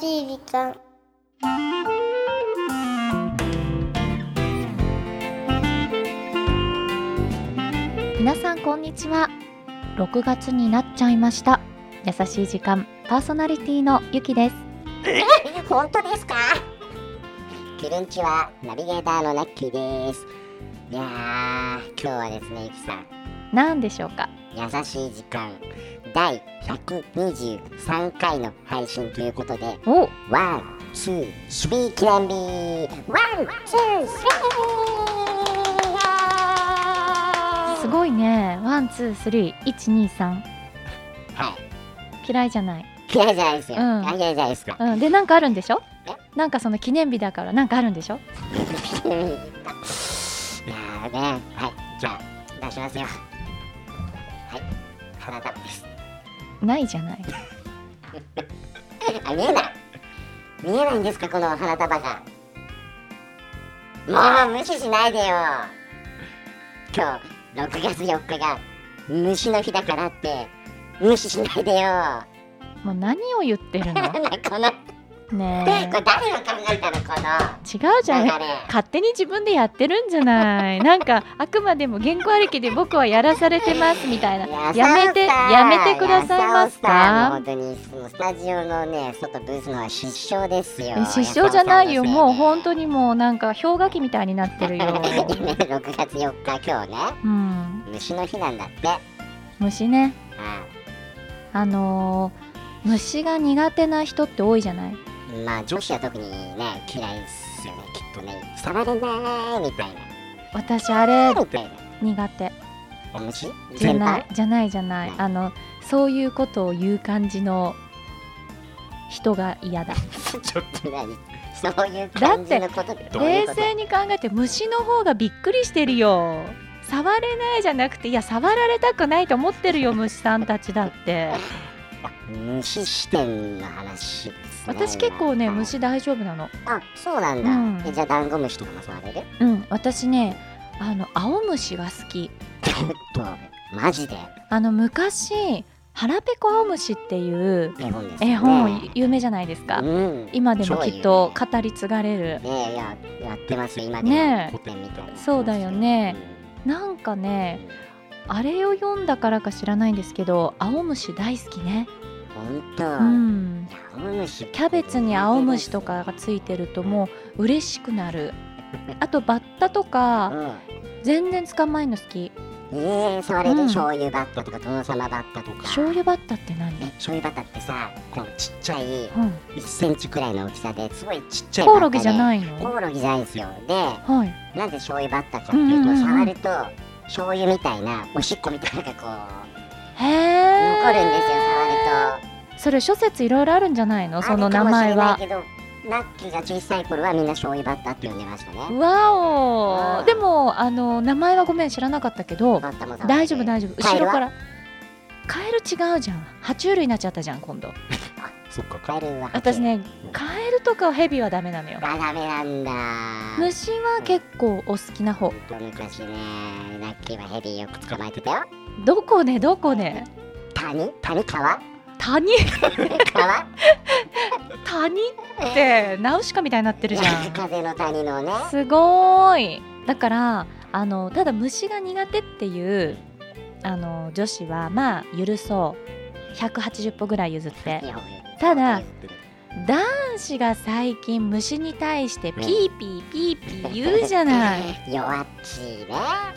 しい時間皆さんこんにちは6月になっちゃいました優しい時間パーソナリティのゆきです 本当ですかキルンチはナビゲーターのナッキーですいやー今日はですねゆきさんなんでしょうか優しい時間第123回の配信ということでおワンツースリー記念日ワンツースリーすごいねワンツースリー一二三は嫌いじゃない、い嫌いじゃないですよ、うんあ嫌いじゃないですかうん、でなんかあるんでしょえなんかその記念日だからなんかあるんでしょ いやーねはいじゃあ出しますよはい花束ですないじゃないあ見えない見えないんですかこの花束がもう無視しないでよ今日6月4日が虫の日だからって無視しないでよもう何を言って るなんのだ この、ねこれ誰が考えたのこえ違うじゃのん流勝手に自分でやってるんじゃないなんかあくまでも原稿ありきで僕はやらされてますみたいなれやめてやめてくださいますか本当にそのスタジオのね外ブースのは失笑ですよえ失笑じゃないよもう本当 ににもうなんか氷河期みたいになってる よ、 6月4日今日ねうん、虫の日なんだって虫ねああのー虫が苦手な人って多いじゃないまあ女子は特にね嫌いっすよねきっとね触れないみたい私あれなみたいな苦手お虫じゃ先な輩いじゃないじゃないあのそういうことを言う感じの人が嫌だちょっと何そういうだっ感てじのことってどういう冷こと静に考えて虫の方がびっくりしてるよ触れないじゃなくていや触られたくないと思ってるよ虫さんたちだ って虫視点の話ですね私結構ね虫大丈夫なのあそうなんだ、うんえじゃあダンゴムシとかも触 れるうん私ねあの青虫が好きちょっとマジであの昔「腹ペコ青虫」っていう絵本ですよね絵本有名じゃないですかうん今でもきっと語り継がれるねえややってますよ今でねもえ古典みたいなそうだよねなんかねあれを読んだからか知らないんですけど青虫大好きね本当、ういんや青虫キャベツに青虫とかがついてるともう嬉しくなるあとバッタとかうん全然捕まえるの好きええ触れうる、ん醤油バッタとか殿様バッタとか醤油バッタって何ね醤油バッタってさこのちっちゃいうん1センチくらいの大きさですごいちっちゃいコオロギじゃいないコのオロギじゃないんですよではいなんで醤油バッタかっていううんうんと、うん触ると醤油みたいなおしっこみたいなのがこうへえ残るんですよ触るとそれ諸説いろいろあるんじゃないのその名前あはるかもしれないけどナッキーが小さい頃はみんな醤油バッタって呼んでましたねわうおんでもあの名前はごめん知らなかったけどバッタも触れて大丈夫大丈夫カエ後ルろはからカエル違うじゃん爬虫類になっちゃったじゃん今度そっかカエルは私ねカエルとかヘビはダメなのよがダメなんだ虫は結構お好きな方ほんと昔ねラッキーはヘビよく捕まえてたよどこねどこね谷谷川谷川谷 ってナウシカみたいになってるじゃん風の谷のねすごーいだからあのただ虫が苦手っていうあの女子はまあ許そう180歩ぐらい譲って日本ただ男子が最近虫に対してピーピーピーピー言うじゃない弱っちいね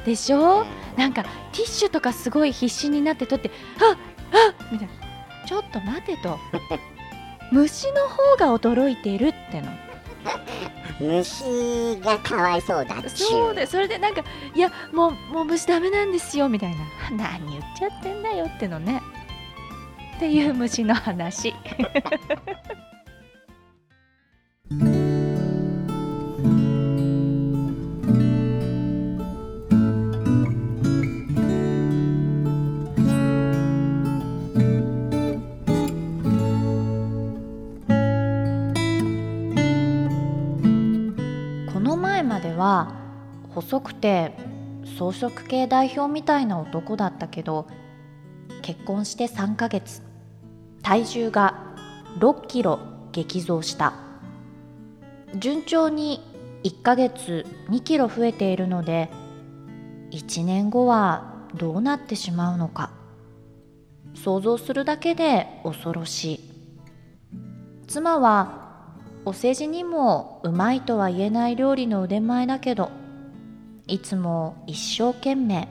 でしょなんかティッシュとかすごい必死になって取って「あっあっ!」みたいな「ちょっと待て」と「虫の方が驚いている」っての虫がかわいそうだっちゅそうでそれでなんか「いやもうもう虫ダメなんですよ」みたいな 「何言っちゃってんだよ」ってのねっていう虫の話この前までは細くて草食系代表みたいな男だったけど結婚して3ヶ月体重が6キロ激増した順調に1ヶ月2キロ増えているので1年後はどうなってしまうのか想像するだけで恐ろしい妻はお世辞にもうまいとは言えない料理の腕前だけどいつも一生懸命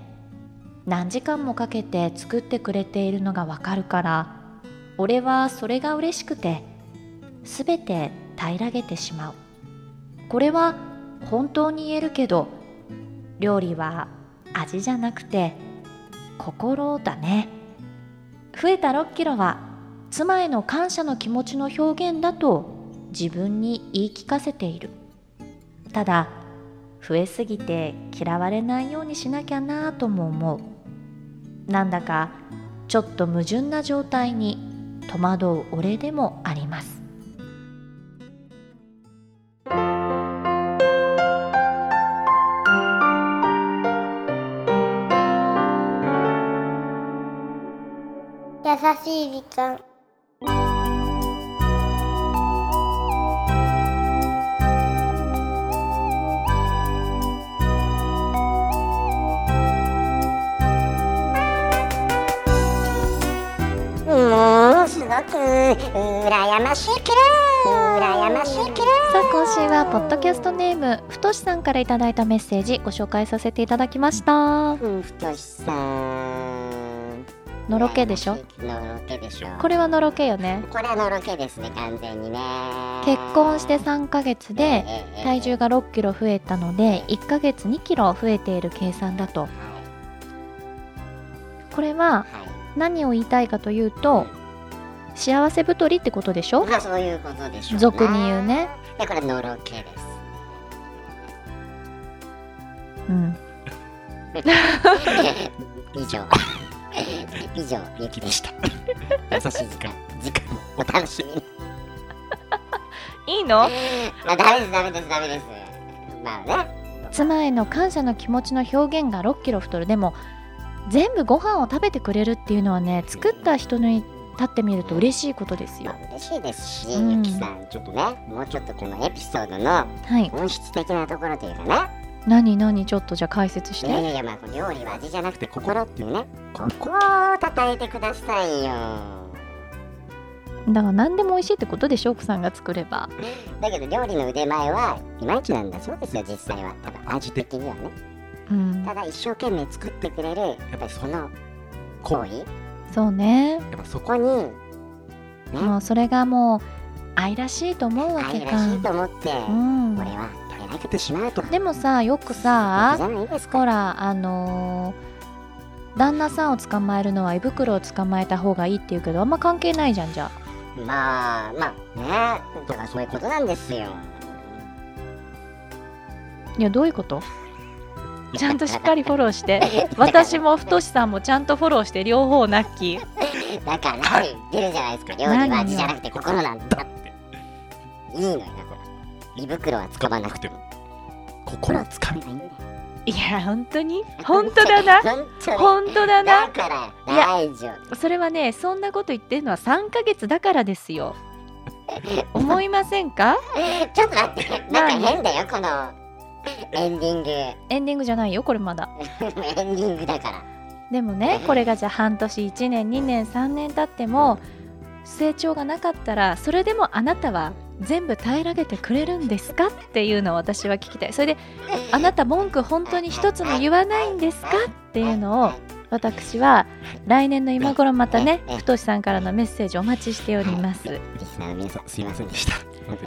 何時間もかけて作ってくれているのがわかるから俺はそれが嬉しくてすべて平らげてしまうこれは本当に言えるけど料理は味じゃなくて心だね増えた6キロは妻への感謝の気持ちの表現だと自分に言い聞かせているただ増えすぎて嫌われないようにしなきゃなぁとも思うなんだかちょっと矛盾な状態に戸惑う俺でもあります優しい時間もうすごく羨ましいけど羨ましいけどさあ今週はポッドキャストネームふとしさんからいただいたメッセージご紹介させていただきましたうんふとしさんのろけでしょのろけでしょこれはのろけよねこれはのろけですね完全にね結婚して3ヶ月でええええ体重が6キロ増えたので1ヶ月2キロ増えている計算だとはこれはいはい何を言いたいかというと幸せ太りってことでしょまあそういうことでしょうな俗に言うねでこれのろけです うん以上 以上ゆき でした優しい時間時間もお楽しみにいいの あダメですダメですダメですまあね妻への感謝の気持ちの表現が6キロ太るでも全部ご飯を食べてくれるっていうのはね作った人に立ってみると嬉しいことですまよあ嬉しいですし、うんゆきさんちょっとねもうちょっとこのエピソードのはい本質的なところというかね何何ちょっとじゃあ解説しいやいてやいやまあ料理は味じゃなくて心っていうねここを叩いてくださいよだから何でも美味しいってことでしょ奥さんが作ればだけど料理の腕前はいまいちなんだそうですよ実際は多分味的にはねうんただ一生懸命作ってくれるやっぱりその行為そうねやっぱそこここにもうそれがもう愛らしいと思うわけ愛からしいと思ってうん俺は手らけてしまうとでもさよくじさゃないですかほらあのー旦那さんを捕まえるのは胃袋を捕まえた方がいいって言うけどあんま関係ないじゃんじゃあまあまあねだからそういうことなんですよいやどういうことちゃんとしっかりフォローして私も太さんもちゃんとフォローして両方ナッキーだから出るじゃないですか料理は味じゃなくて心なんだっていいのよだから胃袋は使わなくても心を心はつ使かわみないんだよいや本当に本当だな本当に本当だだなからいや大丈それはねそんなこと言ってるのは3ヶ月だからですよ思いませんか夫ちょっと待ってなんか変だよこのエンディングエエンディングじゃないよこれまだンディングだからでもねこれがじゃあ半年1年2年3年経っても成長がなかったらそれでもあなたは全部平らげてくれるんですかっていうのを私は聞きたいそれであなた文句本当に一つも言わないんですかっていうのを私は来年の今頃またね太さんからのメッセージお待ちしておりますリスナーの皆さんすいませんでした本当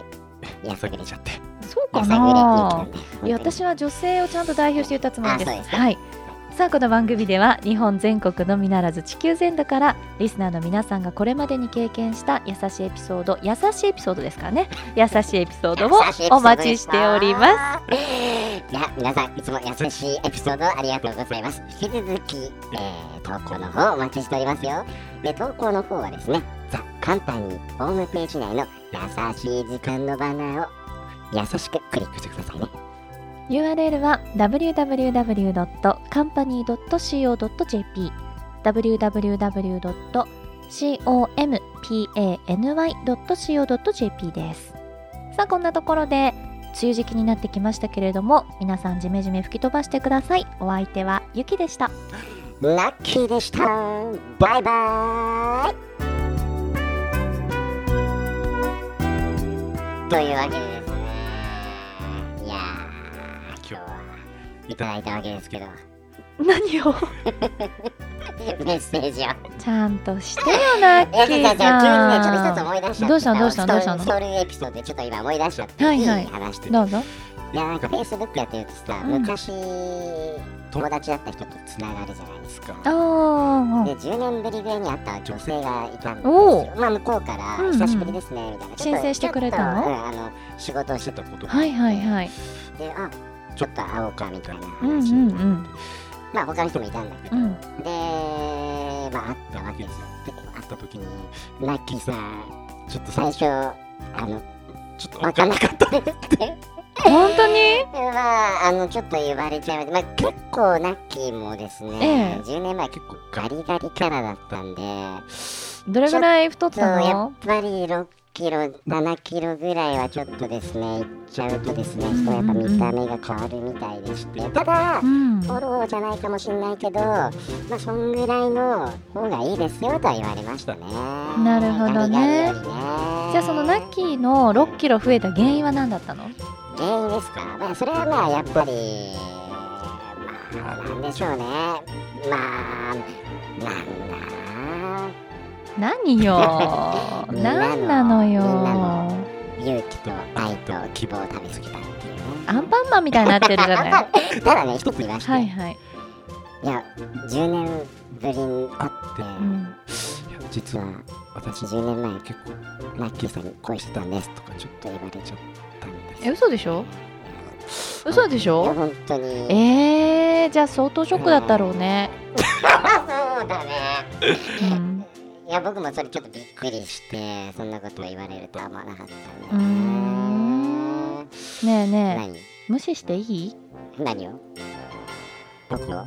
にやさぐれちゃってそうやかさぐれなゆきなんでいや私は女性をちゃんと代表して言ったつもりですあそうですねはいさあこの番組では日本全国のみならず地球全土からリスナーの皆さんがこれまでに経験した優しいエピソード優しいエピソードですからね優しいエピソードを優しいエピソードでしたお待ちしておりますいや皆さんいつも優しいエピソードありがとうございます引き続き、えー投稿の方お待ちしておりますよで投稿の方はですねザ・カンパニーホームページ内の「優しい時間」のバナーを優しくクリックしてくださいね URL は www.company.co.jp www.company.co.jp pany.co.jp ですさあこんなところで梅雨時期になってきましたけれども皆さんジメジメ吹き飛ばしてくださいお相手はゆきでしたラッキーでしたバイバーイというわけでですねいやー今日はいただいたわけですけど何をメッセージをちゃんとして よなっいやきじゃあーじゃあ急にねちょっと一つさん思い出しちゃったどうしたのどうしたのどうしたのストーリーストーリーエピソードでちょっと今思い出しちゃって、はいいい、はい話でどうぞいやなんか Facebook やってるとさ、うん昔友達だった人とつながるじゃないですかあーで10年ぶりぐらいに会った女性がいたんですおよまあ向こうからうんうん久しぶりですねみたいなちょっと申請してくれたのちょっとうんあの仕事をしてたことがあっはていはいはいであちょっと会おうかみたいなうんう話にんなって、うんまあ他の人もいたんだけど、うんでまあ会ったわけですよで会った時にラッキーさんちょっと最初あのちょっと分かんなかったですって本当にまあ、あの、ちょっと言われちゃいました。まあ、結構、ラッキーもですね、え10年前結構ガリガリキャラだったんで、どれぐらい太っそう、たやっのぱり6キロ、7キロぐらいはちょっとですね、いっちゃうとですね、人はやっぱ見た目が変わるみたいでして、ただう、んフォローじゃないかもしれないけど、まあ、そんぐらいの方がいいですよとは言われましたね。なるほどねガリガリよりねじゃあそのナッキーの6キロ増えた原因は何だったの原因ですか、まあ、それはまあやっぱりまあなんでしょうねまあなんだ何よ何なのよ何なの勇気と愛と希望を食べ過ぎたっていうねアンパンマンみたいになってるじゃ ないはただね一つ言わして、いい、はい、や10年ぶりに会って、うん、いや実は私10年前結構ラッキーさんに恋してたんですとかちょっと言われちゃったんですえ嘘でしょ嘘でしいやょ本当にえー、じゃあ相当ショックだったろうね、そうだねうん、いや僕もそれちょっとびっくりしてそんなこと言われるとは思わなかったねうーんねえね何え無視していい何を僕を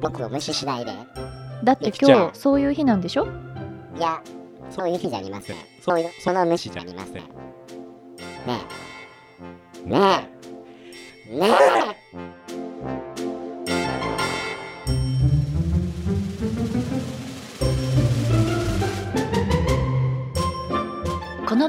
僕を無視しないでだってゆきちゃん今日そういう日なんでしょいやそういう日じゃありませんそういうその無視じゃありませんねえねえねえこの